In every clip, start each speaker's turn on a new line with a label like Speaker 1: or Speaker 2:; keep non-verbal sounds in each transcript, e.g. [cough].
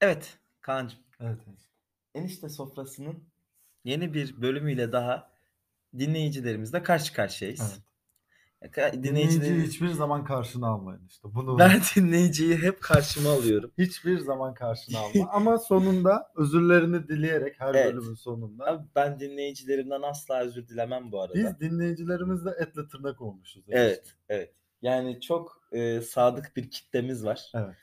Speaker 1: Evet Kaan'cığım.
Speaker 2: Evet. evet.
Speaker 1: Enişte sofrasının yeni bir bölümüyle daha dinleyicilerimizle karşı karşıyayız. Evet.
Speaker 2: Dinleyiciyi hiçbir zaman karşına almayın işte. Bunu
Speaker 1: Ben [laughs] dinleyiciyi hep karşıma alıyorum.
Speaker 2: hiçbir zaman
Speaker 1: [laughs]
Speaker 2: karşına alma. Ama sonunda özürlerini dileyerek her
Speaker 1: Evet.
Speaker 2: bölümün sonunda.
Speaker 1: Abi ben dinleyicilerimden asla özür dilemem bu arada.
Speaker 2: Biz dinleyicilerimizle etle tırnak olmuşuz.
Speaker 1: Evet, evet. Yani çok e, sadık bir kitlemiz var.
Speaker 2: Evet.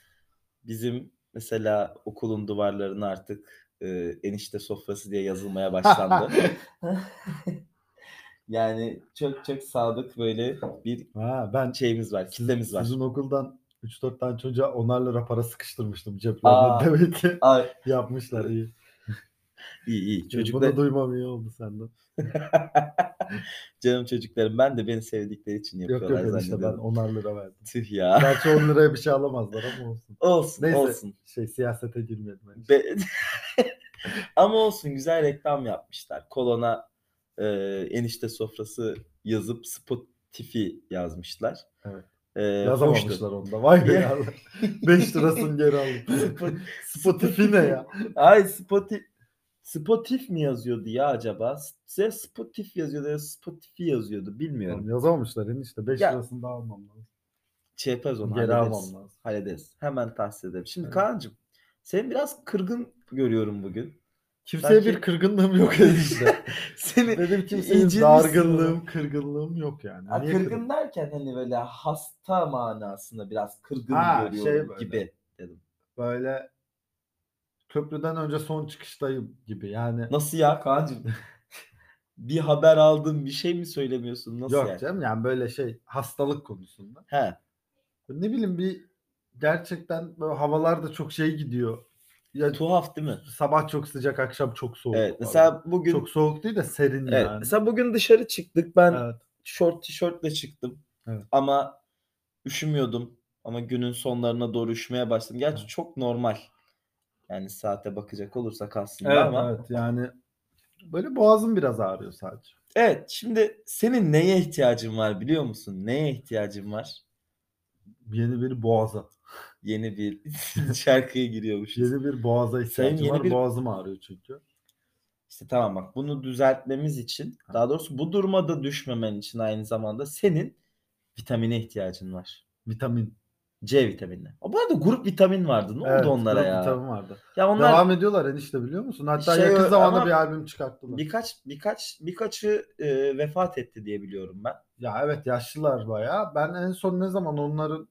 Speaker 1: Bizim mesela okulun duvarlarına artık e, enişte sofrası diye yazılmaya [laughs] başlandı. yani çok çok sadık böyle bir
Speaker 2: Ha, ben
Speaker 1: şeyimiz var, kitlemiz var.
Speaker 2: sizin okuldan 3-4 tane çocuğa 10'ar lira para sıkıştırmıştım ceplerine.
Speaker 1: Aa.
Speaker 2: Demek ki
Speaker 1: Ay,
Speaker 2: yapmışlar
Speaker 1: [laughs]
Speaker 2: iyi.
Speaker 1: iyi iyi.
Speaker 2: Çocuklar...
Speaker 1: Çocuklar,
Speaker 2: Bunu duymam iyi oldu senden.
Speaker 1: canım çocuklarım ben de beni sevdikleri için
Speaker 2: Yok
Speaker 1: yapıyorlar
Speaker 2: yok işte ben
Speaker 1: zannediyorum.
Speaker 2: 10'ar lira verdim.
Speaker 1: Tüh ya.
Speaker 2: Gerçi 10 liraya bir şey alamazlar ama olsun.
Speaker 1: Olsun,
Speaker 2: Neyse.
Speaker 1: olsun.
Speaker 2: Şey siyasete girmedim. henüz.
Speaker 1: Be- [laughs] Ama olsun güzel reklam yapmışlar. Kolona e, enişte sofrası yazıp Spotify yazmışlar.
Speaker 2: Evet.
Speaker 1: E,
Speaker 2: [laughs]
Speaker 1: hoştu.
Speaker 2: Yazamamışlar onda. Vay be
Speaker 1: Ya.
Speaker 2: ya.
Speaker 1: [laughs]
Speaker 2: 5 lirasını geri aldım.
Speaker 1: Spot-
Speaker 2: Spotify ne ya?
Speaker 1: Ay Spotify Spotify mi yazıyordu ya acaba? Size Spotify yazıyordu ya Spotify yazıyordu bilmiyorum.
Speaker 2: Oğlum Yazamamışlar enişte. 5
Speaker 1: Ya.
Speaker 2: lirasını daha almam lazım.
Speaker 1: Şey yaparız onu
Speaker 2: Geri almam
Speaker 1: hallederiz.
Speaker 2: lazım.
Speaker 1: Hallederiz. Hemen tahsil edelim. Şimdi
Speaker 2: Evet.
Speaker 1: Kaan'cığım seni biraz kırgın görüyorum bugün.
Speaker 2: Kimseye
Speaker 1: Belki-
Speaker 2: bir kırgınlığım yok [laughs] enişte.
Speaker 1: [laughs] Seni
Speaker 2: Benim kimseye
Speaker 1: İncinmişsin
Speaker 2: dargınlığım, kırgınlığım yok yani.
Speaker 1: Ha,
Speaker 2: Niye
Speaker 1: kırgın derken hani böyle hasta manasında biraz kırgın
Speaker 2: Ha,
Speaker 1: görüyorum
Speaker 2: şey böyle.
Speaker 1: gibi dedim.
Speaker 2: Böyle köprüden önce son çıkıştayım gibi yani.
Speaker 1: Nasıl ya Kaan'cığım? [laughs] bir haber aldın bir şey mi söylemiyorsun? Nasıl
Speaker 2: yok
Speaker 1: yani?
Speaker 2: canım yani böyle şey hastalık konusunda.
Speaker 1: He.
Speaker 2: ne bileyim bir gerçekten böyle havalar da çok şey gidiyor. Ya
Speaker 1: Tuhaf değil mi?
Speaker 2: sabah çok sıcak, akşam çok soğuk.
Speaker 1: Evet.
Speaker 2: falan.
Speaker 1: Mesela bugün
Speaker 2: çok soğuk değil de serin
Speaker 1: evet,
Speaker 2: yani.
Speaker 1: mesela bugün dışarı çıktık. Ben
Speaker 2: Evet.
Speaker 1: şort tişörtle çıktım.
Speaker 2: Evet.
Speaker 1: Ama üşümüyordum. Ama günün sonlarına doğru üşümeye başladım. Gerçi
Speaker 2: Evet.
Speaker 1: çok normal. Yani saate bakacak olursak aslında
Speaker 2: Evet,
Speaker 1: ama.
Speaker 2: evet yani böyle boğazım biraz ağrıyor sadece.
Speaker 1: Evet şimdi senin neye ihtiyacın var biliyor musun? Neye ihtiyacın var?
Speaker 2: Yeni bir boğaza.
Speaker 1: Yeni bir [laughs] şarkıya giriyormuşuz.
Speaker 2: Yeni bir boğaza ihtiyacım
Speaker 1: yeni
Speaker 2: var.
Speaker 1: bir-
Speaker 2: Boğazım ağrıyor çünkü.
Speaker 1: İşte tamam bak bunu düzeltmemiz için daha doğrusu bu duruma da düşmemen için aynı zamanda senin vitamine ihtiyacın var.
Speaker 2: Vitamin.
Speaker 1: C vitaminine. O bu arada grup vitamin vardı. Ne
Speaker 2: Evet,
Speaker 1: oldu onlara
Speaker 2: grup
Speaker 1: ya?
Speaker 2: Vitamin vardı.
Speaker 1: Ya onlar
Speaker 2: Devam ediyorlar enişte biliyor musun? Hatta
Speaker 1: Şey,
Speaker 2: yakın zamanda
Speaker 1: ama-
Speaker 2: bir albüm çıkarttılar.
Speaker 1: birkaç birkaç birkaçı e, vefat etti diye biliyorum ben.
Speaker 2: Ya evet yaşlılar bayağı. Ben en son ne zaman onların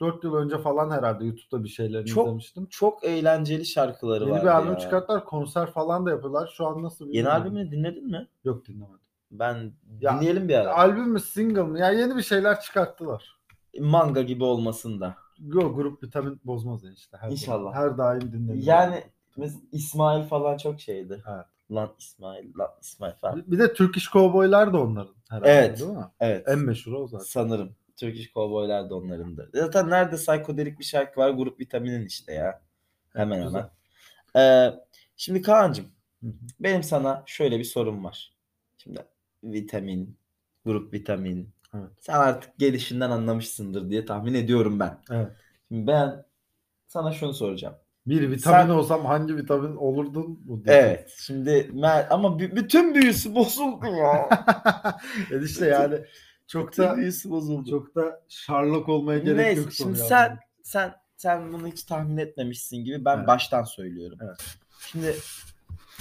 Speaker 2: 3-4 yıl önce falan herhalde YouTube'da bir şeylerini
Speaker 1: Çok
Speaker 2: izlemiştim.
Speaker 1: Çok eğlenceli şarkıları
Speaker 2: Yeni
Speaker 1: vardı
Speaker 2: bir albüm
Speaker 1: ya.
Speaker 2: çıkarttılar. Konser falan da yapıyorlar. Şu an nasıl
Speaker 1: Yeni
Speaker 2: bilmiyorum.
Speaker 1: albümünü dinledin mi?
Speaker 2: Yok dinlemedim.
Speaker 1: Ben
Speaker 2: Ya,
Speaker 1: dinleyelim bir ara.
Speaker 2: Albüm mü single mı? Ya yeni bir şeyler çıkarttılar.
Speaker 1: Manga gibi olmasın da.
Speaker 2: Yo grup vitamin bozmaz yani işte. Her zaman.
Speaker 1: İnşallah.
Speaker 2: her daim dinlenir.
Speaker 1: Yani mes- İsmail falan çok şeydi.
Speaker 2: Evet.
Speaker 1: Lan İsmail, lan İsmail falan.
Speaker 2: Bir- bir de Turkish Cowboy'lar da onların herhalde
Speaker 1: Evet.
Speaker 2: değil mi?
Speaker 1: Evet.
Speaker 2: En meşhuru o zaten.
Speaker 1: Sanırım. Turkish Cowboy'lar da onların da. Zaten nerede psikodelik bir şarkı var grup vitaminin işte ya. Hemen
Speaker 2: güzel.
Speaker 1: hemen. Ee, şimdi Kaan'cığım
Speaker 2: Hı hı.
Speaker 1: benim sana şöyle bir sorum var. Şimdi vitamin, grup vitamin.
Speaker 2: Evet.
Speaker 1: Sen artık gelişinden anlamışsındır diye tahmin ediyorum ben.
Speaker 2: Evet.
Speaker 1: Şimdi ben sana şunu soracağım.
Speaker 2: Bir vitamin
Speaker 1: Sen-
Speaker 2: olsam hangi vitamin olurdun? Bu diyeceksin. [laughs]
Speaker 1: Evet. Şimdi Mer- ama b- bütün büyüsü bozuldu
Speaker 2: [laughs]
Speaker 1: ya.
Speaker 2: yani işte yani çok da
Speaker 1: bütün büyüsü bozuldu.
Speaker 2: Çok da Sherlock olmaya gerek
Speaker 1: Neyse
Speaker 2: yok.
Speaker 1: şimdi
Speaker 2: soruya.
Speaker 1: sen sen sen bunu hiç tahmin etmemişsin gibi ben
Speaker 2: Evet.
Speaker 1: baştan söylüyorum.
Speaker 2: Evet.
Speaker 1: Şimdi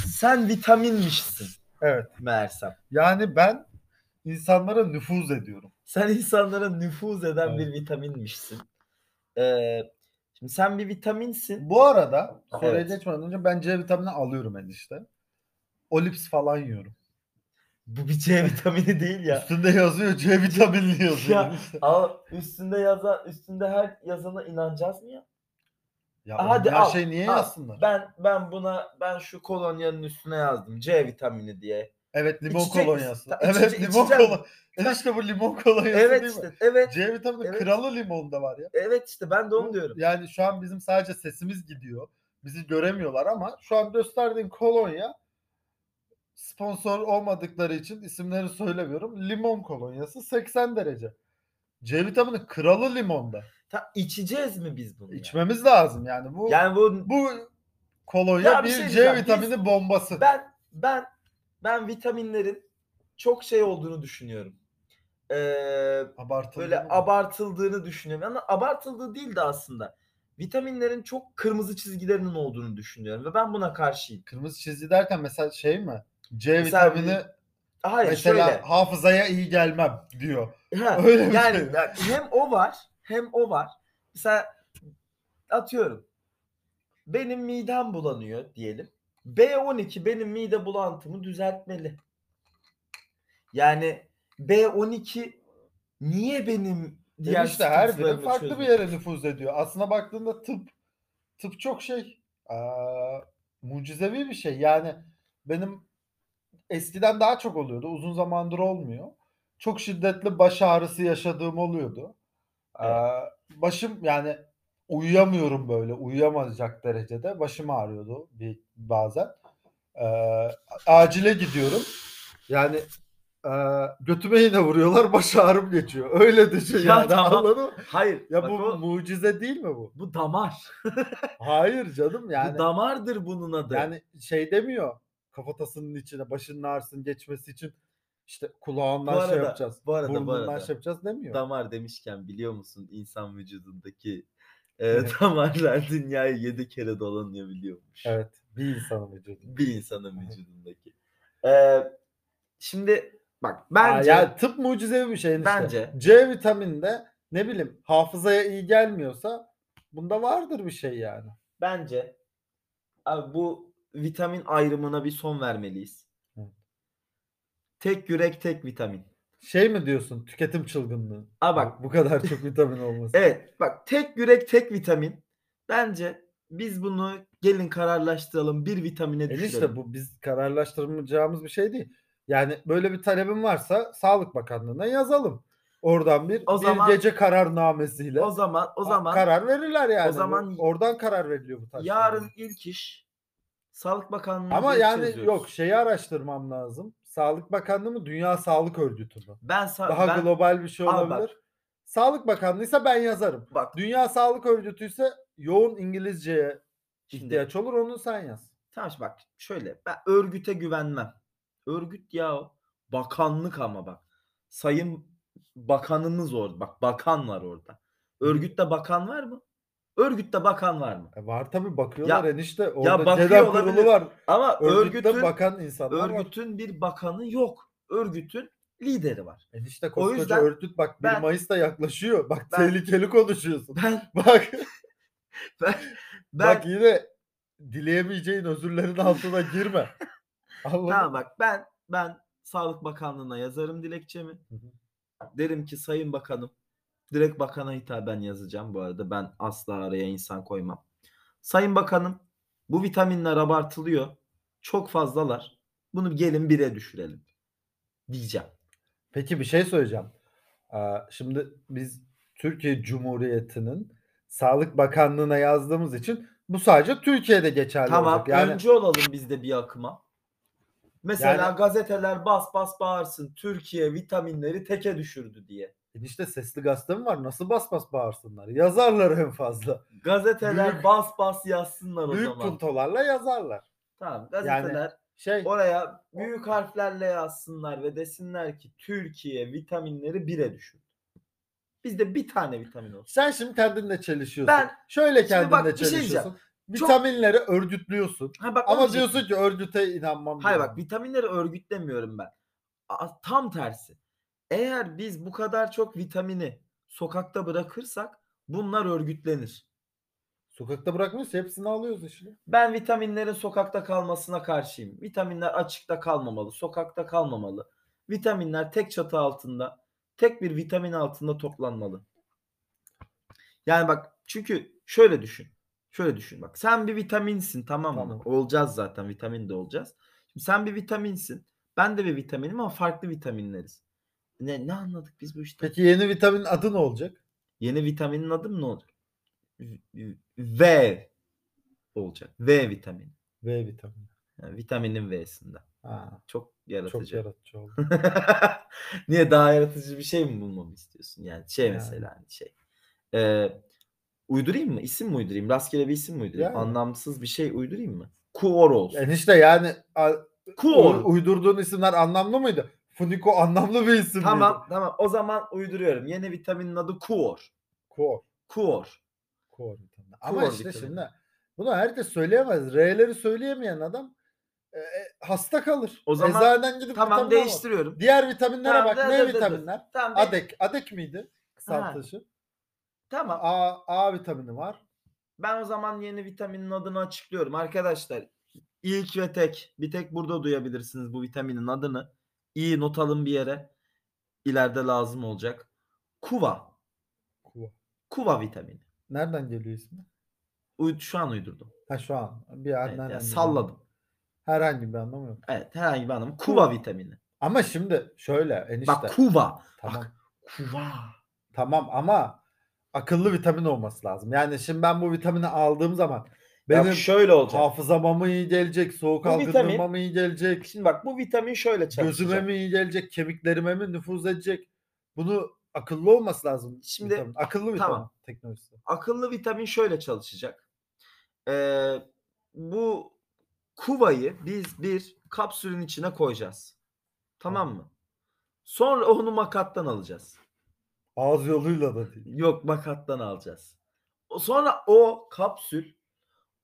Speaker 1: sen vitaminmişsin
Speaker 2: Evet.
Speaker 1: meğersem.
Speaker 2: Yani ben insanlara nüfuz ediyorum.
Speaker 1: Sen insanlara nüfuz eden
Speaker 2: Evet.
Speaker 1: bir vitaminmişsin. Ee, şimdi sen bir vitaminsin.
Speaker 2: Bu arada soruya
Speaker 1: Evet.
Speaker 2: geçmeden önce ben C vitamini alıyorum enişte. Olips falan yiyorum.
Speaker 1: Bu bir
Speaker 2: [laughs]
Speaker 1: C vitamini değil ya.
Speaker 2: Üstünde yazıyor C vitaminli yazıyor.
Speaker 1: Ya, Al üstünde yazan üstünde her yazana inanacağız mı ya?
Speaker 2: Ya
Speaker 1: hadi
Speaker 2: her
Speaker 1: al,
Speaker 2: şey niye
Speaker 1: al.
Speaker 2: yazsınlar?
Speaker 1: Ben ben buna ben şu kolonyanın üstüne yazdım C vitamini diye.
Speaker 2: Evet limon
Speaker 1: İçecek-
Speaker 2: kolonyası.
Speaker 1: Ta-
Speaker 2: evet
Speaker 1: içecek-
Speaker 2: limon
Speaker 1: içeceğim.
Speaker 2: kolonyası. [laughs] Enişte bu limon kolonyası
Speaker 1: Evet
Speaker 2: değil mi?
Speaker 1: işte evet
Speaker 2: C vitamini
Speaker 1: Evet.
Speaker 2: kralı limonda var ya.
Speaker 1: evet işte ben de onu
Speaker 2: Bu-
Speaker 1: diyorum.
Speaker 2: Yani şu an bizim sadece sesimiz gidiyor. Bizi göremiyorlar ama şu an gösterdiğin kolonya sponsor olmadıkları için isimleri söylemiyorum. Limon kolonyası 80 derece. C vitamini kralı limonda.
Speaker 1: Ta içeceğiz mi biz bunu? yani?
Speaker 2: İçmemiz lazım yani. Bu
Speaker 1: Yani bu
Speaker 2: bu kolonya
Speaker 1: Ya bir
Speaker 2: bir,
Speaker 1: şey
Speaker 2: C
Speaker 1: diyeceğim.
Speaker 2: vitamini bombası.
Speaker 1: ben ben ben vitaminlerin çok şey olduğunu düşünüyorum. Ee,
Speaker 2: Abartılı.
Speaker 1: böyle
Speaker 2: değil mi?
Speaker 1: abartıldığını düşünüyorum. Ama abartıldığı değil de aslında. Vitaminlerin çok kırmızı çizgilerinin olduğunu düşünüyorum ve ben buna karşıyım.
Speaker 2: Kırmızı çizgi derken mesela şey mi? C
Speaker 1: Mesela
Speaker 2: vitamini
Speaker 1: Hayır
Speaker 2: mesela
Speaker 1: şöyle.
Speaker 2: hafızaya iyi gelmem diyor.
Speaker 1: Ha,
Speaker 2: [laughs] Öyle mi
Speaker 1: yani
Speaker 2: söylüyor?
Speaker 1: ya- hem o var hem o var. Mesela atıyorum. Benim midem bulanıyor diyelim. B12 benim mide bulantımı düzeltmeli. Yani B12 niye benim diğer
Speaker 2: Demiş de her biri
Speaker 1: sıkıntılarımı
Speaker 2: farklı
Speaker 1: çözmüyor?
Speaker 2: bir yere nüfuz ediyor. Aslına baktığında tıp tıp çok şey aa, mucizevi bir şey. Yani benim eskiden daha çok oluyordu. Uzun zamandır olmuyor. Çok şiddetli baş ağrısı yaşadığım oluyordu.
Speaker 1: Ee,
Speaker 2: Aa, Ee, başım yani uyuyamıyorum böyle uyuyamayacak derecede başım ağrıyordu bir, bazen. Ee, acile gidiyorum. Yani e, götüme yine vuruyorlar baş ağrım geçiyor. Öyle de şey
Speaker 1: Ya
Speaker 2: yani
Speaker 1: tamam.
Speaker 2: anladın mı?
Speaker 1: Hayır.
Speaker 2: Ya
Speaker 1: bak
Speaker 2: bu
Speaker 1: o-
Speaker 2: mucize değil mi bu?
Speaker 1: bu damar.
Speaker 2: Hayır canım yani.
Speaker 1: bu damardır bunun adı.
Speaker 2: yani şey demiyor. Kafatasının içine başının ağrısının geçmesi için işte kulağından
Speaker 1: Bu
Speaker 2: şey
Speaker 1: arada-
Speaker 2: yapacağız.
Speaker 1: bu arada- bu
Speaker 2: burnundan
Speaker 1: arada.
Speaker 2: şey yapacağız demiyor.
Speaker 1: damar demişken biliyor musun insan vücudundaki e, [laughs] damarlar dünyayı 7 kere dolanabiliyormuş.
Speaker 2: Evet. Bir insanın vücudu.
Speaker 1: Bir insanın vücudundaki. E, şimdi bak bence
Speaker 2: Aa, ya tıp mucizevi bir şey işte.
Speaker 1: Bence.
Speaker 2: C vitamini de ne bileyim hafızaya iyi gelmiyorsa bunda vardır bir şey yani.
Speaker 1: bence abi bu vitamin ayrımına bir son vermeliyiz.
Speaker 2: Evet.
Speaker 1: Tek yürek tek vitamin.
Speaker 2: Şey mi diyorsun tüketim çılgınlığı?
Speaker 1: Aa bak.
Speaker 2: bu kadar çok vitamin
Speaker 1: [laughs]
Speaker 2: olması.
Speaker 1: Evet bak tek yürek tek vitamin. Bence biz bunu gelin kararlaştıralım bir vitamine düşürelim.
Speaker 2: Enişte E bu biz kararlaştırmayacağımız bir şey değil. Yani böyle bir talebim varsa Sağlık Bakanlığı'na yazalım. Oradan bir,
Speaker 1: O
Speaker 2: bir
Speaker 1: zaman-
Speaker 2: gece kararnamesiyle
Speaker 1: O zaman o
Speaker 2: a-
Speaker 1: zaman
Speaker 2: karar verirler yani. Bu-
Speaker 1: zaman-
Speaker 2: oradan karar veriliyor bu tarz.
Speaker 1: Yarın
Speaker 2: şeyler.
Speaker 1: ilk iş Sağlık Bakanlığı'na
Speaker 2: ama
Speaker 1: dilekçe
Speaker 2: yani
Speaker 1: yazıyoruz.
Speaker 2: yok şeyi araştırmam lazım. Sağlık Bakanlığı mı Dünya Sağlık Örgütü mü?
Speaker 1: Ben sa-
Speaker 2: Daha
Speaker 1: ben,
Speaker 2: global bir şey
Speaker 1: Al bak.
Speaker 2: olabilir. Sağlık Bakanlığıysa ben yazarım.
Speaker 1: bak
Speaker 2: Dünya Sağlık Örgütü ise yoğun İngilizceye
Speaker 1: Şimdi-
Speaker 2: ihtiyaç olur onu sen yaz.
Speaker 1: tamam bak şöyle ben örgüte güvenmem. Örgüt ya o. bakanlık ama bak. Sayın bakanımız orada. Bak bakan var orada. Örgütte bakan var mı? Örgütte bakan var mı?
Speaker 2: E var tabii bakıyorlar enişte. Orada
Speaker 1: bakıyor
Speaker 2: CEDAV kurulu
Speaker 1: olabilir.
Speaker 2: var.
Speaker 1: Ama
Speaker 2: Örgütten
Speaker 1: örgütün
Speaker 2: bakan insanlar var.
Speaker 1: örgütün bir bakanı yok. Örgütün lideri var.
Speaker 2: Enişte
Speaker 1: O
Speaker 2: koskoca
Speaker 1: yüzden
Speaker 2: örgüt bak 1
Speaker 1: ben-
Speaker 2: Mayıs'ta yaklaşıyor. Bak
Speaker 1: Ben-
Speaker 2: tehlikeli konuşuyorsun. [laughs]
Speaker 1: Ben
Speaker 2: Bak,
Speaker 1: ben
Speaker 2: bak yine dileyemeyeceğin özürlerin altına girme.
Speaker 1: [laughs]
Speaker 2: Anladın
Speaker 1: Tamam
Speaker 2: mı?
Speaker 1: bak ben ben Sağlık Bakanlığı'na yazarım dilekçemi.
Speaker 2: Hı
Speaker 1: Derim ki Sayın Bakanım. Direkt bakana hitaben yazacağım bu arada. Ben asla araya insan koymam. Sayın Bakanım bu vitaminler abartılıyor. Çok fazlalar. Bunu gelin bire düşürelim. Diyeceğim.
Speaker 2: Peki bir şey söyleyeceğim. Ee, Şimdi biz Türkiye Cumhuriyeti'nin Sağlık Bakanlığı'na yazdığımız için bu sadece Türkiye'de geçerli
Speaker 1: Tamam
Speaker 2: olacak. Yani
Speaker 1: önce olalım biz de bir akıma. Mesela
Speaker 2: Yani-
Speaker 1: gazeteler bas bas bağırsın. Türkiye vitaminleri teke düşürdü diye.
Speaker 2: enişte sesli gazete mi var? Nasıl bas bas bağırsınlar? Yazarlar en fazla.
Speaker 1: Gazeteler
Speaker 2: Büyük-
Speaker 1: bas bas yazsınlar o
Speaker 2: Büyük
Speaker 1: zaman.
Speaker 2: puntolarla yazarlar.
Speaker 1: Tamam gazeteler
Speaker 2: Şey
Speaker 1: Oraya büyük harflerle yazsınlar ve desinler ki Türkiye vitaminleri bire düşürdü. Bizde bir tane vitamin olsun.
Speaker 2: sen şimdi kendinle çelişiyorsun.
Speaker 1: Ben-
Speaker 2: Şöyle
Speaker 1: Şimdi bak,
Speaker 2: kendinle
Speaker 1: bir şey diyeceğim.
Speaker 2: çelişiyorsun.
Speaker 1: Çok-
Speaker 2: Vitaminleri örgütlüyorsun.
Speaker 1: Ha bak onu
Speaker 2: Ama
Speaker 1: diyecektim.
Speaker 2: diyorsun ki örgüte inanmam.
Speaker 1: Hayır
Speaker 2: lazım.
Speaker 1: bak vitaminleri örgütlemiyorum ben. A- tam tersi. Eğer biz bu kadar çok vitamini sokakta bırakırsak bunlar örgütlenir.
Speaker 2: Sokakta bırakmıyoruz hepsini alıyoruz işte.
Speaker 1: Ben vitaminlerin sokakta kalmasına karşıyım. Vitaminler açıkta kalmamalı, sokakta kalmamalı. Vitaminler tek çatı altında, tek bir vitamin altında toplanmalı. Yani bak çünkü şöyle düşün. Şöyle düşün bak. Sen bir vitaminsin tamam mı?
Speaker 2: Tamam.
Speaker 1: Olacağız zaten vitamin de olacağız. Şimdi sen bir vitaminsin. Ben de bir vitaminim ama farklı vitaminleriz. Ne, ne anladık biz bu işte?
Speaker 2: Peki yeni vitamin adı ne olacak?
Speaker 1: Yeni vitaminin adı ne olur? V- V olacak. V vitamini.
Speaker 2: V vitamini.
Speaker 1: Yani vitaminin V'sinden.
Speaker 2: Ha,
Speaker 1: Çok yaratıcı. [laughs]
Speaker 2: çok yaratıcı oldu.
Speaker 1: Niye daha yaratıcı bir şey mi bulmamı istiyorsun? Yani şey
Speaker 2: Yani.
Speaker 1: mesela hani şey. Ee, Uydurayım mı? İsim mi uydurayım? Rastgele bir isim mi uydurayım?
Speaker 2: Yani.
Speaker 1: Anlamsız bir şey uydurayım mı? Kuor olsun.
Speaker 2: Enişte yani a-
Speaker 1: Kuor.
Speaker 2: u- uydurduğun isimler anlamlı mıydı? Funiko anlamlı bir isim
Speaker 1: Tamam
Speaker 2: miydi?
Speaker 1: tamam. O zaman uyduruyorum. Yeni vitaminin adı Kuor.
Speaker 2: Kor.
Speaker 1: Kuor.
Speaker 2: Kor vitamini. Ama
Speaker 1: Kor
Speaker 2: işte
Speaker 1: vitamini.
Speaker 2: şimdi bunu herkes söyleyemez. R'leri söyleyemeyen adam e, e, hasta kalır.
Speaker 1: O zaman
Speaker 2: Eczaneden gidip vitamin
Speaker 1: Tamam
Speaker 2: alamaz.
Speaker 1: değiştiriyorum.
Speaker 2: Diğer vitaminlere
Speaker 1: Tamam,
Speaker 2: bak.
Speaker 1: dur,
Speaker 2: Ne
Speaker 1: dur, dur, dur.
Speaker 2: vitaminler?
Speaker 1: Tamam. de-
Speaker 2: Adek. Adek miydi? Kısaltışı.
Speaker 1: Tamam.
Speaker 2: A, A vitamini var.
Speaker 1: Ben o zaman yeni vitaminin adını açıklıyorum arkadaşlar. İlk ve tek bir tek burada duyabilirsiniz bu vitaminin adını. İyi not alın bir yere. İleride lazım olacak. Kuva.
Speaker 2: Kuva.
Speaker 1: Kuva vitamini.
Speaker 2: Nereden geliyor ismi?
Speaker 1: Uy- Şu an uydurdum.
Speaker 2: Ha şu an. Bir yerden
Speaker 1: Evet, yani
Speaker 2: herhangi bir-
Speaker 1: salladım.
Speaker 2: Herhangi bir anlamı yok.
Speaker 1: Evet herhangi bir anlamı. Kuva vitamini.
Speaker 2: Ama şimdi şöyle enişte.
Speaker 1: Bak kuva.
Speaker 2: tamam.
Speaker 1: Kuva.
Speaker 2: Tamam ama akıllı vitamin olması lazım. Yani şimdi ben bu vitamini aldığım zaman benim
Speaker 1: Bak şöyle olacak.
Speaker 2: hafızama mı iyi gelecek, soğuk
Speaker 1: Bu
Speaker 2: algınlığıma
Speaker 1: vitamin-
Speaker 2: mı iyi gelecek,
Speaker 1: Şimdi bak bu vitamin şöyle çalışacak.
Speaker 2: Gözüme mi iyi gelecek, kemiklerime mi nüfuz edecek? Bunu akıllı olması lazım.
Speaker 1: Şimdi-
Speaker 2: vitamin. akıllı vitamin
Speaker 1: tamam.
Speaker 2: teknolojisi.
Speaker 1: akıllı vitamin şöyle çalışacak. Ee, bu kuvayı biz bir kapsülün içine koyacağız. Tamam mı? Sonra onu makattan alacağız.
Speaker 2: Ağız yoluyla da değil.
Speaker 1: Yok makattan alacağız. O- Sonra o kapsül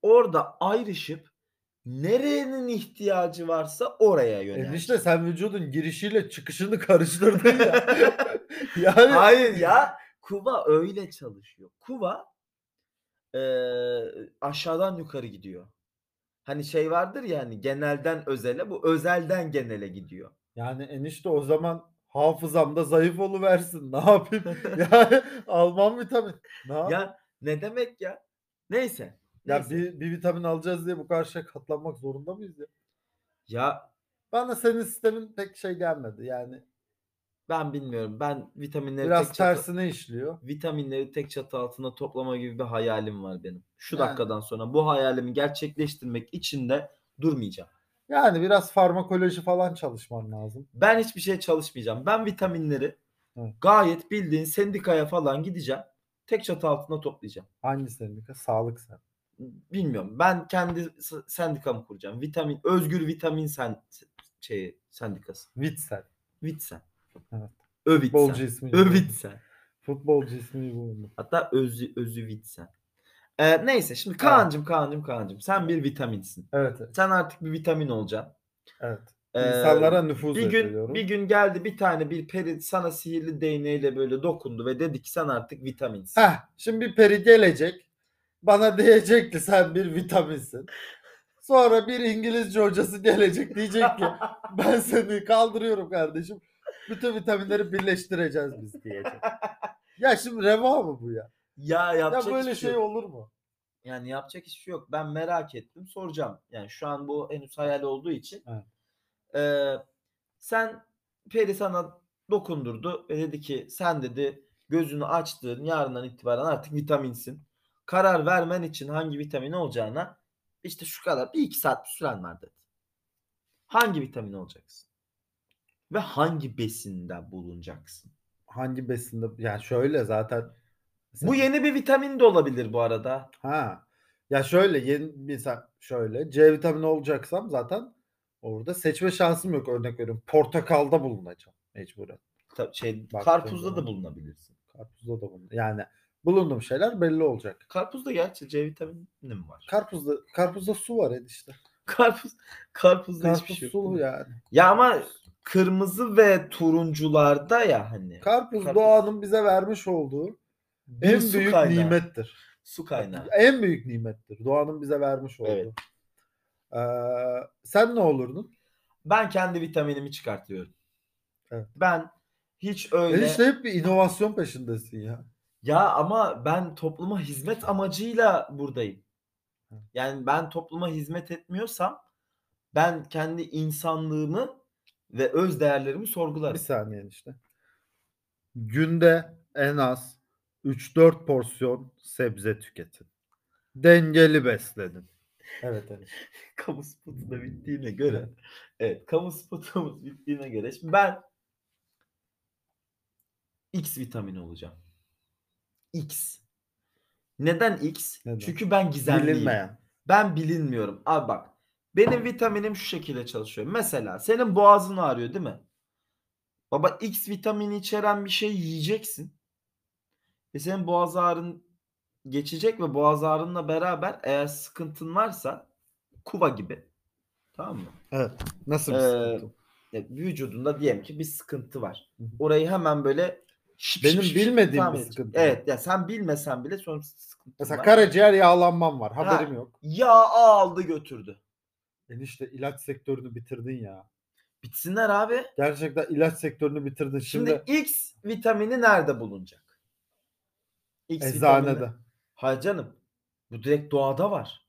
Speaker 1: orada ayrışıp nerenin ihtiyacı varsa oraya yönelecek. [laughs]
Speaker 2: Enişte sen vücudun girişiyle çıkışını [laughs] karıştırdın ya. yani
Speaker 1: Hayır ya. Kuva öyle çalışıyor. Kuva e, aşağıdan yukarı gidiyor. Hani şey vardır ya hani genelden özele bu özelden genele gidiyor.
Speaker 2: Yani enişte o zaman hafızamda zayıf oluversin. Ne
Speaker 1: [laughs]
Speaker 2: yapayım? yani almam vitamin. Ne yap- ya,
Speaker 1: Ya ne demek ya? Neyse. neyse.
Speaker 2: bir, bir vitamin alacağız diye bu karşıya katlanmak zorunda mıyız ya?
Speaker 1: ya
Speaker 2: Bana senin sistemin pek şey gelmedi. Yani
Speaker 1: ben bilmiyorum. Ben vitaminleri
Speaker 2: biraz
Speaker 1: tek çatı,
Speaker 2: tersine işliyor.
Speaker 1: vitaminleri tek çatı altında toplama gibi bir hayalim var benim. Şu
Speaker 2: Yani.
Speaker 1: dakikadan sonra bu hayalimi gerçekleştirmek için de durmayacağım.
Speaker 2: Yani biraz farmakoloji falan çalışman lazım.
Speaker 1: Ben hiçbir şey çalışmayacağım. Ben vitaminleri
Speaker 2: Evet.
Speaker 1: gayet bildiğin sendikaya falan gideceğim. Tek çatı altında toplayacağım.
Speaker 2: Hangi sendika? Sağlık sen.
Speaker 1: Bilmiyorum. Ben kendi s- sendikamı kuracağım. Vitamin, özgür vitamin sen şey sendikası.
Speaker 2: Vit sen.
Speaker 1: Vitsen.
Speaker 2: Evet.
Speaker 1: Övitsen.
Speaker 2: Futbolcu ismi. gibi.
Speaker 1: Övitsen.
Speaker 2: Futbolcu ismi bu. oldu.
Speaker 1: Hatta özü, özü vitsen. Ee, neyse şimdi Kaan'cım Kaan'cım Kaan'cım sen bir vitaminsin.
Speaker 2: Evet.
Speaker 1: Sen artık bir vitamin olacaksın.
Speaker 2: Evet.
Speaker 1: Ee,
Speaker 2: İnsanlara nüfuz
Speaker 1: bir gün
Speaker 2: ediyorum.
Speaker 1: bir gün geldi bir tane bir peri sana sihirli değneğiyle böyle dokundu ve dedi ki sen artık vitaminsin.
Speaker 2: Heh, şimdi bir peri gelecek. Bana [laughs] diyecek ki sen bir vitaminsin. Sonra bir İngilizce hocası
Speaker 1: [laughs]
Speaker 2: gelecek diyecek ki ben seni kaldırıyorum kardeşim. Bütün vitaminleri birleştireceğiz biz diyecek. Ya şimdi reva mı bu ya?
Speaker 1: Ya yapacak
Speaker 2: ya böyle
Speaker 1: hiçbir
Speaker 2: şey
Speaker 1: yok.
Speaker 2: olur mu?
Speaker 1: Yani yapacak hiçbir şey yok. Ben merak ettim soracağım. Yani şu an bu henüz hayal olduğu için.
Speaker 2: Evet.
Speaker 1: Ee, sen peri sana dokundurdu ve dedi ki sen dedi gözünü açtığın yarından itibaren artık vitaminsin. Karar vermen için hangi vitamin olacağına işte şu kadar bir iki saat bir süren var dedi. Hangi vitamin olacaksın? Ve hangi besinden bulunacaksın?
Speaker 2: Hangi besinde? Yani şöyle zaten.
Speaker 1: Bu yeni bir vitamin de olabilir bu arada.
Speaker 2: Ha. Ya şöyle yeni mesela şöyle C vitamini olacaksam zaten orada seçme şansım yok örnek veriyorum. Portakalda bulunacağım mecburen.
Speaker 1: Ta- Şey,
Speaker 2: Baktığın
Speaker 1: karpuzda da
Speaker 2: zaman.
Speaker 1: bulunabilirsin.
Speaker 2: Karpuzda da bulun. Yani bulunduğum şeyler belli olacak.
Speaker 1: Karpuzda gerçi C vitamini mi var?
Speaker 2: Karpuzda karpuzda su var enişte.
Speaker 1: Karpuz karpuzda hiçbir
Speaker 2: Karpuz
Speaker 1: şey yok. değil
Speaker 2: sulu
Speaker 1: mi?
Speaker 2: yani.
Speaker 1: Ya ama kırmızı ve turuncularda ya hani
Speaker 2: Karpuz,
Speaker 1: Karpuz.
Speaker 2: doğanın bize vermiş olduğu
Speaker 1: bir
Speaker 2: en
Speaker 1: su
Speaker 2: büyük
Speaker 1: kaynağı.
Speaker 2: nimettir.
Speaker 1: Su kaynağı.
Speaker 2: En büyük nimettir. Doğanın bize vermiş olduğu.
Speaker 1: Evet.
Speaker 2: Ee, sen ne olurdun?
Speaker 1: Ben kendi vitaminimi çıkartıyorum.
Speaker 2: Evet.
Speaker 1: Ben hiç öyle
Speaker 2: Enişte hep bir inovasyon peşindesin ya.
Speaker 1: ya ama ben topluma hizmet amacıyla buradayım.
Speaker 2: Evet.
Speaker 1: Yani ben topluma hizmet etmiyorsam ben kendi insanlığımı ve öz değerlerimi
Speaker 2: Bir
Speaker 1: sorgularım.
Speaker 2: saniye işte. Günde en az 3-4 porsiyon sebze tüketin. Dengeli beslenin. Evet evet.
Speaker 1: [laughs] kamu spotu da bittiğine göre evet kamu spotumuz bittiğine göre şimdi ben X vitamini olacağım. X. Neden X?
Speaker 2: Neden?
Speaker 1: Çünkü ben gizemliyim.
Speaker 2: Bilinmeyen.
Speaker 1: Ben bilinmiyorum. Abi bak. Benim vitaminim şu şekilde çalışıyor. Mesela senin boğazın ağrıyor değil mi? Baba X vitamini içeren bir şey yiyeceksin. Ve senin boğaz ağrın geçecek ve boğaz ağrınla beraber eğer sıkıntın varsa kuva gibi. Tamam mı?
Speaker 2: Nasıl
Speaker 1: Ee,
Speaker 2: bir sıkıntı?
Speaker 1: Ya vücudunda diyelim ki bir sıkıntı var. Orayı hemen böyle şıp şıp
Speaker 2: Benim
Speaker 1: şıp şıp
Speaker 2: bilmediğim
Speaker 1: tamir
Speaker 2: bir
Speaker 1: edecek.
Speaker 2: sıkıntı.
Speaker 1: Evet ya sen bilmesen bile sonuç sıkıntı
Speaker 2: Mesela
Speaker 1: var.
Speaker 2: karaciğer yağlanmam var. Haberim yok.
Speaker 1: Yağ aldı götürdü.
Speaker 2: Enişte ilaç sektörünü bitirdin ya.
Speaker 1: Bitsinler abi.
Speaker 2: Gerçekten ilaç sektörünü bitirdin. Şimdi,
Speaker 1: Şimdi X vitamini nerede bulunacak? X
Speaker 2: eczanede,
Speaker 1: vitamini. Hayır canım. Bu direkt doğada var.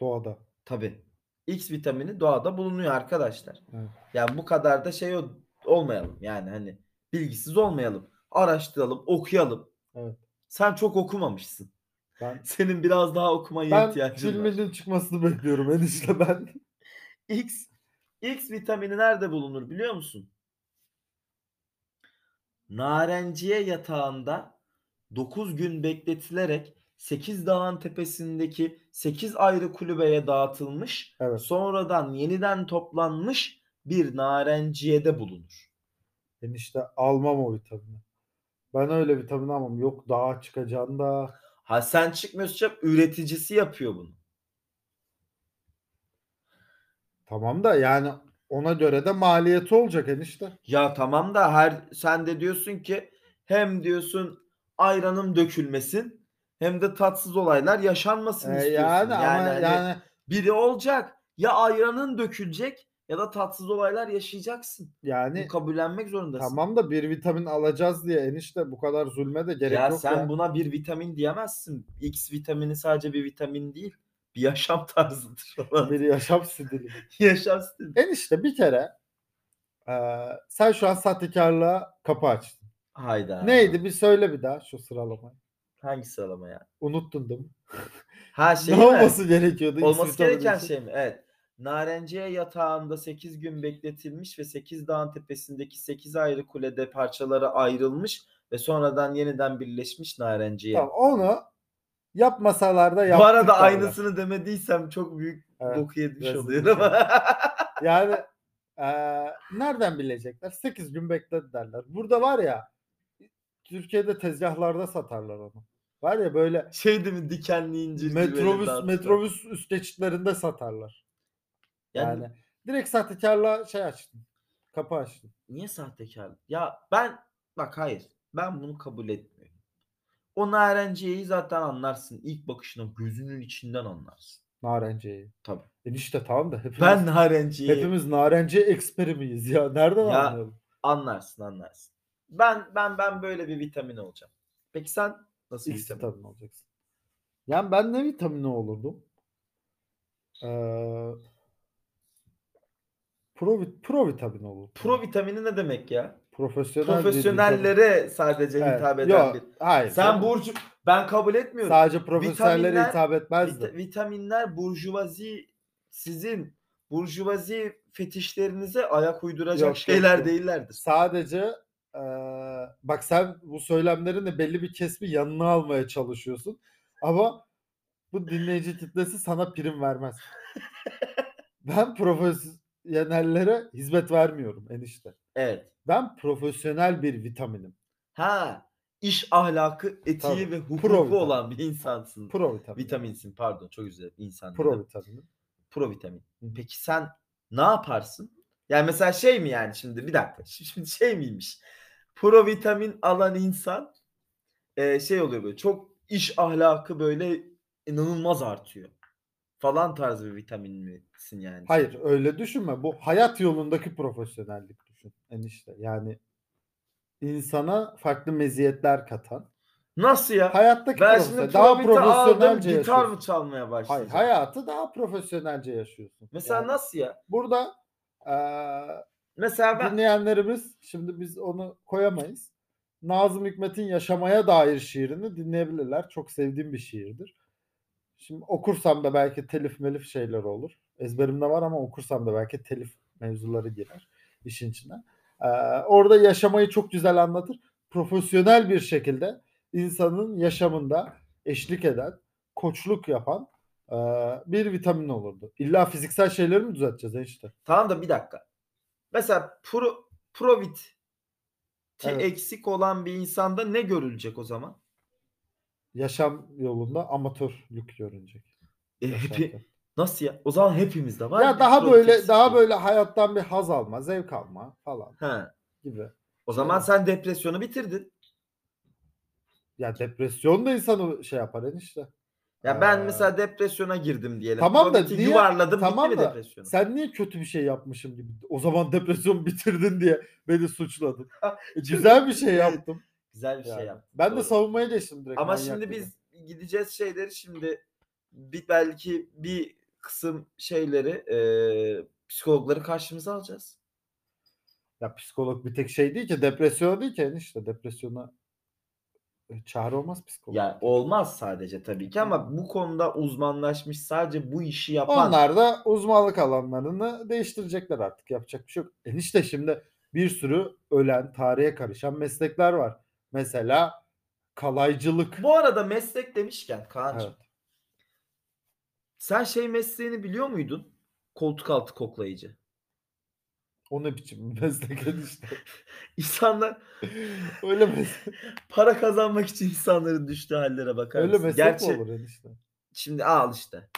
Speaker 2: doğada.
Speaker 1: Tabii. X vitamini doğada bulunuyor arkadaşlar.
Speaker 2: Evet.
Speaker 1: Yani bu kadar da şey o- olmayalım. Yani hani bilgisiz olmayalım. Araştıralım, okuyalım.
Speaker 2: Evet.
Speaker 1: Sen çok okumamışsın.
Speaker 2: Ben
Speaker 1: Senin biraz daha okumaya
Speaker 2: ben
Speaker 1: ihtiyacın var.
Speaker 2: filminin çıkmasını [laughs] bekliyorum enişte ben.
Speaker 1: X X vitamini nerede bulunur biliyor musun? Narenciye yatağında 9 gün bekletilerek 8 dağın tepesindeki 8 ayrı kulübeye dağıtılmış,
Speaker 2: Evet.
Speaker 1: sonradan yeniden toplanmış bir narenciyede bulunur.
Speaker 2: Enişte almam o vitamini. Ben öyle vitamin almam. Yok dağa çıkacaksın da.
Speaker 1: Ha sen çıkmıyorsun üreticisi yapıyor bunu.
Speaker 2: Tamam da yani ona göre de maliyeti olacak enişte.
Speaker 1: Ya tamam da her sen de diyorsun ki hem diyorsun ayranım dökülmesin hem de tatsız olaylar yaşanmasın
Speaker 2: Ee,
Speaker 1: istiyorsun.
Speaker 2: yani, ama
Speaker 1: hani
Speaker 2: yani
Speaker 1: biri olacak ya ayranın dökülecek ya da tatsız olaylar yaşayacaksın.
Speaker 2: yani
Speaker 1: Bunu kabullenmek zorundasın.
Speaker 2: Hani Tamam da bir vitamin alacağız diye enişte bu kadar zulme de gerek
Speaker 1: ya
Speaker 2: yok
Speaker 1: sen
Speaker 2: ya.
Speaker 1: buna bir vitamin diyemezsin. X vitamini sadece bir vitamin değil, bir yaşam
Speaker 2: [laughs]
Speaker 1: tarzıdır.
Speaker 2: Bir yaşam stili.
Speaker 1: yaşam stili.
Speaker 2: enişte bir kere eee, sen şu an sahtekarlığa kapı açtın.
Speaker 1: Hayda.
Speaker 2: Neydi bir söyle bir daha şu sıralamayı.
Speaker 1: Hangi sıralama ya?
Speaker 2: Unuttun değil mi?
Speaker 1: Ha şey
Speaker 2: ne
Speaker 1: mi?
Speaker 2: olması gerekiyordu?
Speaker 1: Olması
Speaker 2: İsviçre'de
Speaker 1: gereken
Speaker 2: diyorsun.
Speaker 1: şey mi? Evet. Narenciye yatağında 8 gün bekletilmiş ve 8 dağın tepesindeki 8 ayrı kulede parçalara ayrılmış ve sonradan yeniden birleşmiş narenciye.
Speaker 2: Tamam, onu yapmasalar da
Speaker 1: şey. Bu
Speaker 2: yaptık
Speaker 1: arada [laughs]
Speaker 2: derler.
Speaker 1: aynısını demediysem çok büyük
Speaker 2: Evet,
Speaker 1: boku yemiş
Speaker 2: rezil
Speaker 1: oluyorum
Speaker 2: bir
Speaker 1: ama.
Speaker 2: Yani eee, nereden bilecekler? 8 gün bekledi derler. Burada var ya Türkiye'de tezgahlarda satarlar onu. Var ya böyle
Speaker 1: [laughs] şey değil mi dikenli incir gibi elinde
Speaker 2: Metrobüs
Speaker 1: hatta.
Speaker 2: metrobüs üst geçitlerinde satarlar. Yani,
Speaker 1: Yani,
Speaker 2: direkt sahtekarla şey açtın. Kapı açtın.
Speaker 1: niye sahtekar? Ya ben bak hayır ben bunu kabul etmiyorum. O narenciyeyi zaten anlarsın. ilk bakışına gözünün içinden anlarsın.
Speaker 2: Narenciyeyi.
Speaker 1: Tabii.
Speaker 2: Enişte E, tamam da hepimiz,
Speaker 1: Ben narenciyeyi
Speaker 2: hepimiz narenciye eksperi miyiz ya? [laughs] Nereden
Speaker 1: Ya-
Speaker 2: anlayalım?
Speaker 1: Anlarsın anlarsın. Ben ben ben böyle bir vitamin olacağım. Peki sen nasıl bir
Speaker 2: X
Speaker 1: vitamin?
Speaker 2: vitamin olacaksın. Yani ben ne vitamini olurdum? Ee, pro, vit- pro vitamin olurdum.
Speaker 1: Pro vitamini ne demek ya?
Speaker 2: Profesyonel bir vitamin.
Speaker 1: Profesyonellere sadece
Speaker 2: Evet.
Speaker 1: hitap eden
Speaker 2: Yok,
Speaker 1: bir.
Speaker 2: Hayır.
Speaker 1: Sen burcu ben kabul etmiyorum.
Speaker 2: sadece profesyonellere
Speaker 1: Vitaminler-
Speaker 2: hitap etmezdi.
Speaker 1: Vita- vitaminler burjuvazi sizin burjuvazi fetişlerinize ayak uyduracak
Speaker 2: Yok, yok,
Speaker 1: şeyler
Speaker 2: yok.
Speaker 1: değillerdir.
Speaker 2: sadece eee, bak sen bu söylemlerinle belli bir kesimi yanına almaya çalışıyorsun. Ama bu dinleyici kitlesi sana prim vermez. ben profesyonellere hizmet vermiyorum enişte.
Speaker 1: Evet.
Speaker 2: Ben profesyonel bir vitaminim.
Speaker 1: Ha iş ahlakı, etiği
Speaker 2: Tabii.
Speaker 1: ve hukuku
Speaker 2: Pro vitamin.
Speaker 1: olan bir insansın.
Speaker 2: Pro vitamin.
Speaker 1: Vitaminsin pardon çok güzel insan.
Speaker 2: Pro
Speaker 1: dedim.
Speaker 2: vitaminim.
Speaker 1: Pro vitamin.
Speaker 2: Hı.
Speaker 1: Peki sen ne yaparsın? Yani mesela şey mi yani şimdi bir dakika. şi- Şimdi şey miymiş? Pro vitamin alan insan e, şey oluyor böyle çok iş ahlakı böyle inanılmaz artıyor. Falan tarzı bir vitamin misin yani?
Speaker 2: Hayır öyle düşünme. Bu hayat yolundaki profesyonellik düşün enişte. Yani insana farklı meziyetler katan.
Speaker 1: Nasıl ya?
Speaker 2: Hayattaki
Speaker 1: ben
Speaker 2: profesyonel-
Speaker 1: şimdi
Speaker 2: daha
Speaker 1: pro vita aldım
Speaker 2: profesyonelce
Speaker 1: gitar
Speaker 2: yaşıyorsun.
Speaker 1: mı çalmaya
Speaker 2: Hayır,
Speaker 1: başlayacağım?
Speaker 2: hayatı daha profesyonelce yaşıyorsun.
Speaker 1: Mesela
Speaker 2: Yani
Speaker 1: nasıl ya?
Speaker 2: Burada eee,
Speaker 1: Mesela ben
Speaker 2: dinleyenlerimiz, şimdi biz onu koyamayız. Nazım Hikmet'in Yaşamaya Dair şiirini dinleyebilirler. Çok sevdiğim bir şiirdir. Şimdi okursam da belki telif melif şeyler olur. Ezberimde var ama okursam da belki telif mevzuları girer işin içine. Eee, orada yaşamayı çok güzel anlatır. Profesyonel bir şekilde insanın yaşamında eşlik eden, koçluk yapan e, bir vitamin olurdu. İlla fiziksel şeyleri mi düzelteceğiz işte?
Speaker 1: Tamam da bir dakika. Mesela pro, provit
Speaker 2: Evet.
Speaker 1: eksik olan bir insanda ne görülecek o zaman?
Speaker 2: Yaşam yolunda amatörlük görünecek.
Speaker 1: E,
Speaker 2: yaşarken.
Speaker 1: hepi, nasıl ya? O zaman hepimizde var.
Speaker 2: Ya
Speaker 1: bir
Speaker 2: daha
Speaker 1: provit
Speaker 2: böyle
Speaker 1: eksikliği.
Speaker 2: daha böyle hayattan bir haz alma, zevk alma falan
Speaker 1: He.
Speaker 2: gibi.
Speaker 1: O zaman
Speaker 2: Evet.
Speaker 1: sen depresyonu bitirdin.
Speaker 2: Ya depresyon da insanı şey yapar enişte.
Speaker 1: Ya ben
Speaker 2: Ee,
Speaker 1: mesela depresyona girdim diyelim.
Speaker 2: tamam da
Speaker 1: Provit'i
Speaker 2: niye-
Speaker 1: yuvarladım
Speaker 2: tamam
Speaker 1: bitti mi
Speaker 2: da
Speaker 1: depresyonu?
Speaker 2: Sen niye kötü bir şey yapmışım gibi o zaman depresyon bitirdin diye
Speaker 1: [laughs]
Speaker 2: beni suçladın. E, Güzel bir şey
Speaker 1: Evet,
Speaker 2: yaptım.
Speaker 1: Güzel bir
Speaker 2: yani.
Speaker 1: şey yaptın.
Speaker 2: Ben de
Speaker 1: doğru.
Speaker 2: savunmaya geçtim direkt.
Speaker 1: Ama
Speaker 2: manyak
Speaker 1: şimdi
Speaker 2: gibi.
Speaker 1: biz gideceğiz şeyleri şimdi bir, belki bir kısım şeyleri e, psikologları karşımıza alacağız.
Speaker 2: ya psikolog bir tek şey değil ki depresyon değil ki enişte depresyona e, çare olmaz psikolog.
Speaker 1: Yani olmaz sadece tabii ki ama bu konuda uzmanlaşmış sadece bu işi yapan
Speaker 2: Onlar da uzmanlık alanlarını değiştirecekler artık. Yapacak bir şey yok. Enişte şimdi bir sürü ölen, tarihe karışan meslekler var. Mesela kalaycılık.
Speaker 1: Bu arada meslek demişken Kaan'cığım.
Speaker 2: Evet.
Speaker 1: Sen şey mesleğini biliyor muydun? Koltuk altı koklayıcı. [laughs]
Speaker 2: O ne biçim bir meslek enişte.
Speaker 1: İnsanlar
Speaker 2: Öyle meslek,
Speaker 1: para kazanmak için insanların düştüğü hallere bakar
Speaker 2: öyle
Speaker 1: mısın?
Speaker 2: meslek
Speaker 1: Gerçi
Speaker 2: mi olur enişte?
Speaker 1: şimdi al işte.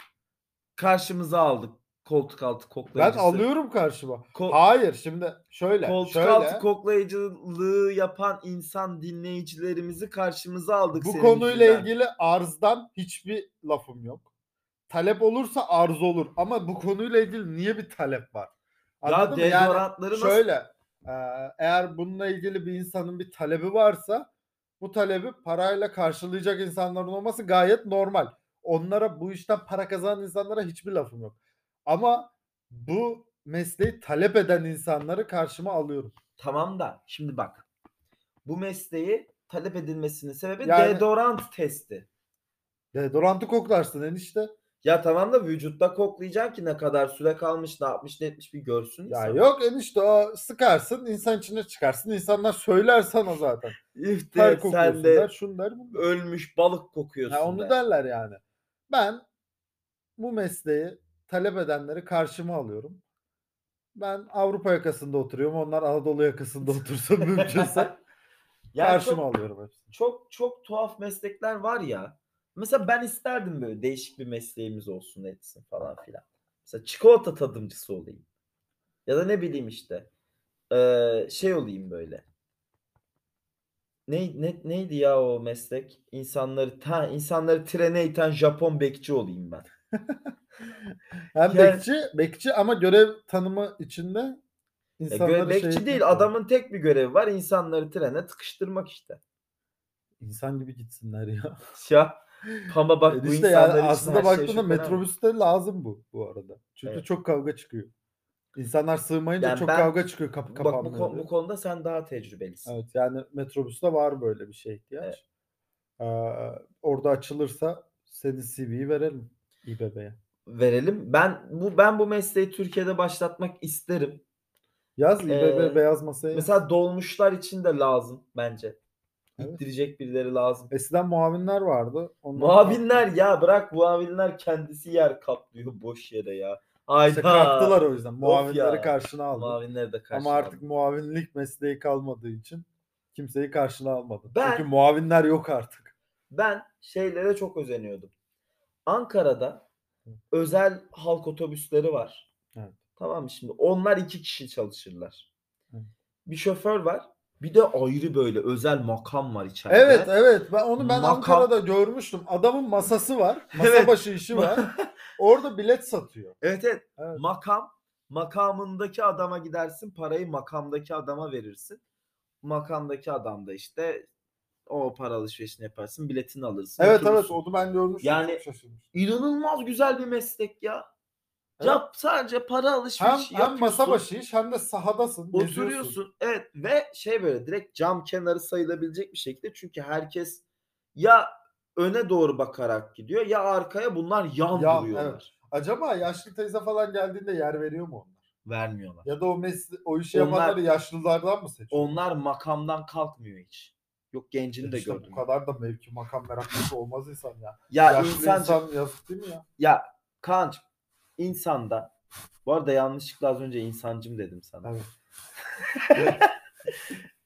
Speaker 1: Karşımıza aldık koltuk altı
Speaker 2: Ben
Speaker 1: koklayıcısı.
Speaker 2: alıyorum karşıma.
Speaker 1: Ko-
Speaker 2: Hayır şimdi şöyle.
Speaker 1: Koltuk
Speaker 2: şöyle,
Speaker 1: altı koklayıcılığı yapan insan dinleyicilerimizi karşımıza aldık.
Speaker 2: Bu
Speaker 1: senin
Speaker 2: konuyla
Speaker 1: yüzünden.
Speaker 2: ilgili arzdan hiçbir lafım yok. Talep olursa arz olur ama bu konuyla ilgili niye bir talep var?
Speaker 1: Ya
Speaker 2: Anladın mı? Yani
Speaker 1: deodorantları nasıl-
Speaker 2: şöyle e, eğer bununla ilgili bir insanın bir talebi varsa bu talebi parayla karşılayacak insanların olması gayet normal. Onlara bu işten para kazanan insanlara hiçbir lafım yok. Ama bu mesleği talep eden insanları karşıma alıyorum.
Speaker 1: Tamam da şimdi bak. Bu mesleği talep edilmesinin sebebi
Speaker 2: Yani-
Speaker 1: deodorant testi.
Speaker 2: Deodorantı koklarsın enişte.
Speaker 1: Ya tamam da vücutta koklayacaksın ki ne kadar süre kalmış, ne yapmış, ne etmiş bir görsün.
Speaker 2: Ya
Speaker 1: insan.
Speaker 2: yok enişte o sıkarsın insan içine çıkarsın insanlar söyler sana zaten.
Speaker 1: Üf de,
Speaker 2: Ter
Speaker 1: sen
Speaker 2: kokuyorsun
Speaker 1: de
Speaker 2: der şun der bunu der.
Speaker 1: ölmüş balık kokuyorsun.
Speaker 2: Ya onu
Speaker 1: be.
Speaker 2: derler yani. Ben bu mesleği talep edenleri karşıma alıyorum. Ben Avrupa yakasında oturuyorum. Onlar
Speaker 1: [laughs]
Speaker 2: Anadolu yakasında otursun mümkünse.
Speaker 1: Yani
Speaker 2: karşıma
Speaker 1: çok,
Speaker 2: alıyorum hepsini.
Speaker 1: çok çok tuhaf meslekler var ya. Mesela ben isterdim böyle değişik bir mesleğimiz olsun etsin falan filan. Mesela çikolata tadımcısı olayım. Ya da ne bileyim işte. eee, şey olayım böyle. Ne, ne, neydi ya o meslek? İnsanları ta insanları trene iten Japon bekçi olayım ben.
Speaker 2: Hem
Speaker 1: Yani-
Speaker 2: bekçi, bekçi ama görev tanımı içinde
Speaker 1: Ya
Speaker 2: insanları
Speaker 1: gö- bekçi
Speaker 2: şey-
Speaker 1: değil adamın tek bir görevi var insanları trene tıkıştırmak işte.
Speaker 2: insan gibi gitsinler ya.
Speaker 1: Ya ama bak bu
Speaker 2: Enişte E yani
Speaker 1: insanlar için
Speaker 2: aslında
Speaker 1: her şey
Speaker 2: baktığında
Speaker 1: çok önemli.
Speaker 2: metrobüste lazım bu bu arada. Çünkü
Speaker 1: Evet.
Speaker 2: çok kavga çıkıyor. İnsanlar sığmayınca
Speaker 1: Yani
Speaker 2: çok
Speaker 1: ben-
Speaker 2: kavga çıkıyor kapı
Speaker 1: Bak bu,
Speaker 2: kapanmıyor.
Speaker 1: kon-
Speaker 2: diye.
Speaker 1: bu konuda sen daha tecrübelisin.
Speaker 2: Evet yani metrobüste var böyle bir şey ihtiyaç.
Speaker 1: Evet.
Speaker 2: Ee, orada açılırsa senin CV'yi verelim İBB'ye.
Speaker 1: Verelim. Ben bu ben bu mesleği Türkiye'de başlatmak isterim.
Speaker 2: Yaz İBB
Speaker 1: Ee,
Speaker 2: beyaz masaya. Mesela...
Speaker 1: Mesela dolmuşlar için de lazım bence.
Speaker 2: Evet.
Speaker 1: İttirecek birileri lazım.
Speaker 2: Eskiden muavinler vardı. Onlar
Speaker 1: Muavinler ya bırak muavinler kendisi yer kaplıyor boş yere ya. Hayda.
Speaker 2: İşte kalktılar o yüzden. Muavinleri
Speaker 1: ya.
Speaker 2: karşına aldı.
Speaker 1: Muavinleri de karşı.
Speaker 2: Ama artık muavinlik mesleği kalmadığı için kimseyi karşına almadı.
Speaker 1: Ben-
Speaker 2: Çünkü muavinler yok artık.
Speaker 1: Ben şeylere çok özeniyordum. Ankara'da özel halk otobüsleri var.
Speaker 2: Evet.
Speaker 1: Tamam mı şimdi? Onlar iki kişi çalışırlar.
Speaker 2: Evet.
Speaker 1: Bir şoför var. Bir de ayrı böyle özel makam var içeride.
Speaker 2: Evet evet ben onu ben
Speaker 1: Makam-
Speaker 2: Ankara'da görmüştüm. Adamın masası var. Masa
Speaker 1: Evet.
Speaker 2: başı
Speaker 1: [laughs]
Speaker 2: işi var. Orada bilet satıyor.
Speaker 1: Evet evet.
Speaker 2: Evet.
Speaker 1: Makam. Makamındaki adama gidersin. Parayı makamdaki adama verirsin. Makamdaki adam da işte o para alışverişini yaparsın. Biletini alırsın.
Speaker 2: Evet evet
Speaker 1: oturursun.
Speaker 2: onu ben görmüştüm.
Speaker 1: Yani-
Speaker 2: çok şaşırmıştım.
Speaker 1: İnanılmaz güzel bir meslek ya.
Speaker 2: Evet.
Speaker 1: Yap sadece para
Speaker 2: Hem,
Speaker 1: alışverişi
Speaker 2: hem masa
Speaker 1: yapıyorsun.
Speaker 2: başı iş hem de sahadasın. geziyorsun.
Speaker 1: Oturuyorsun evet ve şey böyle direkt cam kenarı sayılabilecek bir şekilde çünkü herkes ya öne doğru bakarak gidiyor ya arkaya bunlar yan
Speaker 2: Ya,
Speaker 1: duruyorlar.
Speaker 2: Acaba yaşlı teyze falan geldiğinde yer veriyor mu onlar?
Speaker 1: Vermiyorlar.
Speaker 2: Ya da o mesle o işi
Speaker 1: Onlar-
Speaker 2: yapanları yaşlılardan mı seçiyor?
Speaker 1: Onlar makamdan kalkmıyor hiç. Yok gencini de
Speaker 2: İşte
Speaker 1: gördüm.
Speaker 2: bu kadar da mevki makam meraklısı olmaz insan ya.
Speaker 1: Ya
Speaker 2: Yaşlı
Speaker 1: insan
Speaker 2: insan yazık değil mi ya?
Speaker 1: ya Kaan insanda bu arada yanlışlıkla az önce insancım dedim sana.
Speaker 2: Evet.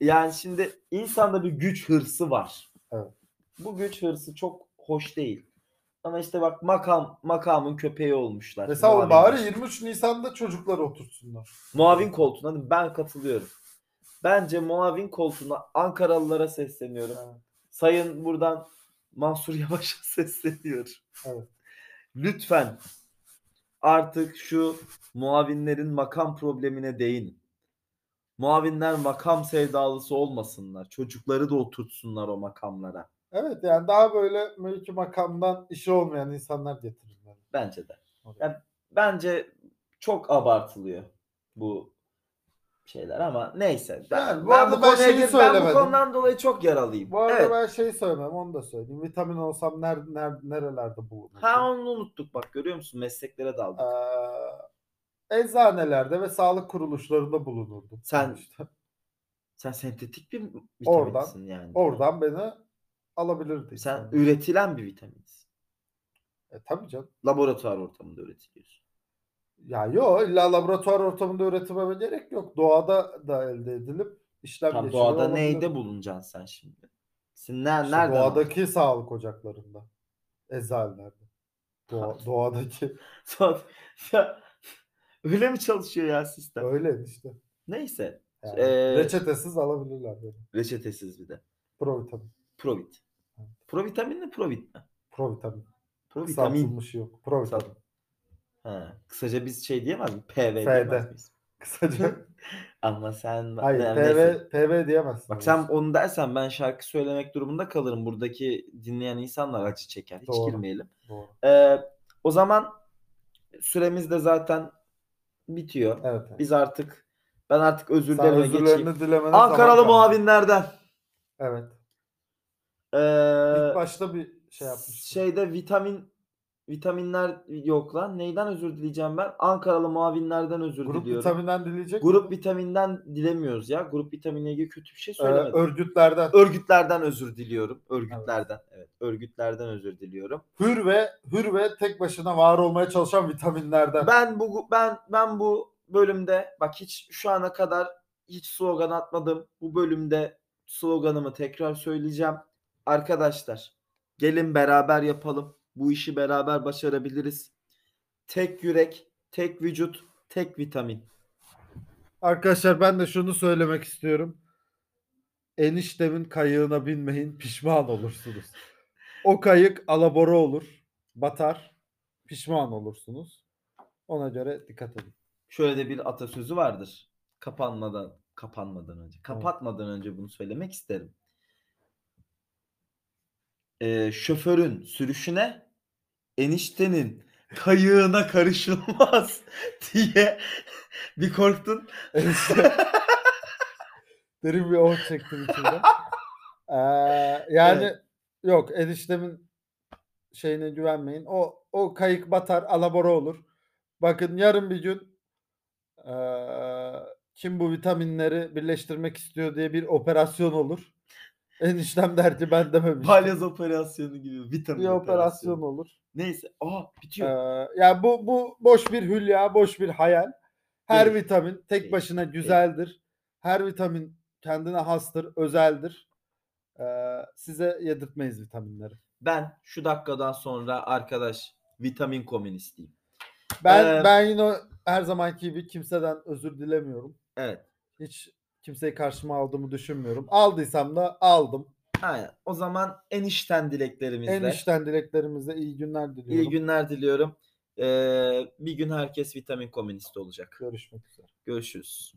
Speaker 1: Yani şimdi insanda bir güç hırsı var.
Speaker 2: Evet.
Speaker 1: Bu güç hırsı çok hoş değil. Ama işte bak makam makamın köpeği olmuşlar.
Speaker 2: Mesela o
Speaker 1: Muavin-
Speaker 2: E, bari 23 Nisan'da çocuklar otursunlar.
Speaker 1: Muavin koltuğuna değil mi? ben katılıyorum. Bence muavin koltuğuna Ankaralılara sesleniyorum.
Speaker 2: Evet.
Speaker 1: Sayın buradan Mansur Yavaş'a [laughs] sesleniyorum.
Speaker 2: Evet.
Speaker 1: Lütfen artık şu muavinlerin makam problemine değin. Muavinler makam sevdalısı olmasınlar. Çocukları da oturtsunlar o makamlara.
Speaker 2: Evet yani daha böyle mevki makamdan işi olmayan insanlar getirirler.
Speaker 1: Bence de.
Speaker 2: oraya.
Speaker 1: Ya bence çok abartılıyor bu şeyler ama neyse. Ben,
Speaker 2: Yani bu
Speaker 1: ben
Speaker 2: arada
Speaker 1: bu
Speaker 2: ben
Speaker 1: konuya
Speaker 2: şeyi
Speaker 1: gir- ben bu
Speaker 2: söylemedim.
Speaker 1: konudan dolayı çok yaralıyım.
Speaker 2: Bu arada
Speaker 1: evet.
Speaker 2: ben şey söylemem onu da söyleyeyim. Vitamin olsam ner, ner, nerelerde bulunurum?
Speaker 1: Ha onu unuttuk bak görüyor musun? Mesleklere daldık.
Speaker 2: Ee, eczanelerde ve sağlık kuruluşlarında bulunurdum.
Speaker 1: Sen-
Speaker 2: İşte
Speaker 1: Sen sentetik bir
Speaker 2: Oradan-
Speaker 1: vitaminsin yani.
Speaker 2: oradan beni alabilirdi.
Speaker 1: Sen
Speaker 2: insanlar.
Speaker 1: üretilen bir vitaminsin.
Speaker 2: E, tabii canım.
Speaker 1: Laboratuvar ortamında üretiliyorsun.
Speaker 2: Ya yo illa laboratuvar ortamında üretime gerek yok. Doğada da elde edilip işlem
Speaker 1: Tam
Speaker 2: geçiriyor
Speaker 1: doğada
Speaker 2: olabilir.
Speaker 1: neyde bulunacaksın sen şimdi? Sen ne,
Speaker 2: İşte
Speaker 1: nereden aldın? [laughs]
Speaker 2: doğadaki sağlık ocaklarında. Eczanelerde. Doğa,
Speaker 1: [laughs]
Speaker 2: doğadaki.
Speaker 1: Sonra- Ya, Öyle mi çalışıyor ya sistem?
Speaker 2: Öyle işte.
Speaker 1: Neyse.
Speaker 2: Yani
Speaker 1: Ee,
Speaker 2: reçetesiz alabilirler beni.
Speaker 1: Reçetesiz bir de.
Speaker 2: Provitamin.
Speaker 1: Provit.
Speaker 2: Evet.
Speaker 1: Provitamin mi provit mi?
Speaker 2: Provitamin.
Speaker 1: Provitamin.
Speaker 2: Kısaltılmışı yok. Provitamin.
Speaker 1: Kısaltılmış. Ha. Kısaca biz şey diyemez miyiz? PV
Speaker 2: FD.
Speaker 1: diyemez miyiz? [laughs]
Speaker 2: Kısaca.
Speaker 1: Ama sen...
Speaker 2: Hayır
Speaker 1: Yani neyse.
Speaker 2: PV, PV diyemezsin.
Speaker 1: Bak sen onu dersen ben şarkı söylemek durumunda kalırım. Buradaki dinleyen insanlar acı çeker. Hiç
Speaker 2: Doğru.
Speaker 1: girmeyelim.
Speaker 2: Doğru.
Speaker 1: Ee, o zaman süremiz de zaten bitiyor.
Speaker 2: Evet. evet.
Speaker 1: Biz artık ben artık özür
Speaker 2: Sen
Speaker 1: dilemeye geçeyim.
Speaker 2: özürlerini dilemene
Speaker 1: Ankaralı
Speaker 2: zaman kaldı.
Speaker 1: muavinlerden.
Speaker 2: Evet. İlk
Speaker 1: Ee,
Speaker 2: başta bir şey yapmıştım.
Speaker 1: şeyde vitamin vitaminler yok lan. Neyden özür dileyeceğim ben? Ankaralı muavinlerden özür
Speaker 2: Grup
Speaker 1: diliyorum.
Speaker 2: vitaminden dileyecek
Speaker 1: Grup
Speaker 2: miydin?
Speaker 1: vitaminden dilemiyoruz ya. Grup vitaminle ilgili kötü bir şey
Speaker 2: Ee,
Speaker 1: söylemedim.
Speaker 2: örgütlerden.
Speaker 1: örgütlerden özür diliyorum. Örgütlerden. Evet. Örgütlerden özür diliyorum.
Speaker 2: hür ve hür ve tek başına var olmaya çalışan vitaminlerden.
Speaker 1: Ben bu ben ben bu bölümde bak hiç şu ana kadar hiç slogan atmadım. Bu bölümde sloganımı tekrar söyleyeceğim. Arkadaşlar gelin beraber yapalım. Bu işi beraber başarabiliriz. Tek yürek, tek vücut, tek vitamin.
Speaker 2: Arkadaşlar ben de şunu söylemek istiyorum. Eniştemin kayığına binmeyin pişman olursunuz. O kayık alabora olur, batar, pişman olursunuz. Ona göre dikkat edin.
Speaker 1: Şöyle de bir atasözü vardır. Kapanmadan kapanmadan önce, kapatmadan önce bunu söylemek isterim. Ee, şoförün sürüşüne eniştenin kayığına karışılmaz [laughs] diye bir korktun.
Speaker 2: Enişte... Derin bir oh çektim içimde. Ee, yani
Speaker 1: Evet.
Speaker 2: yok eniştemin şeyine güvenmeyin. O o kayık batar, alabora olur. Bakın yarın bir gün ee, kim bu vitaminleri birleştirmek istiyor diye bir operasyon olur. Eniştem der ki ben dememiştim.
Speaker 1: Balyoz operasyonu gibi vitamin
Speaker 2: bir operasyon
Speaker 1: operasyonu.
Speaker 2: olur.
Speaker 1: Neyse. Aa
Speaker 2: Ee,
Speaker 1: bitiyor.
Speaker 2: yani bu bu boş bir hülya, boş bir hayal. Her
Speaker 1: Değil.
Speaker 2: vitamin tek
Speaker 1: Değil.
Speaker 2: başına güzeldir. Her vitamin kendine hastır, özeldir. Ee, size yedirtmeyiz vitaminleri.
Speaker 1: Ben şu dakikadan sonra arkadaş vitamin komünistiyim.
Speaker 2: Ben
Speaker 1: Ee,
Speaker 2: ben yine her zamanki gibi kimseden özür dilemiyorum.
Speaker 1: Evet.
Speaker 2: Hiç kimseyi karşıma aldığımı düşünmüyorum. Aldıysam da aldım.
Speaker 1: Aynen. O zaman enişten dileklerimizle.
Speaker 2: En içten dileklerimizle iyi günler diliyorum.
Speaker 1: İyi günler diliyorum. Ee, bir gün herkes vitamin komünist olacak.
Speaker 2: Görüşmek üzere.
Speaker 1: Görüşürüz.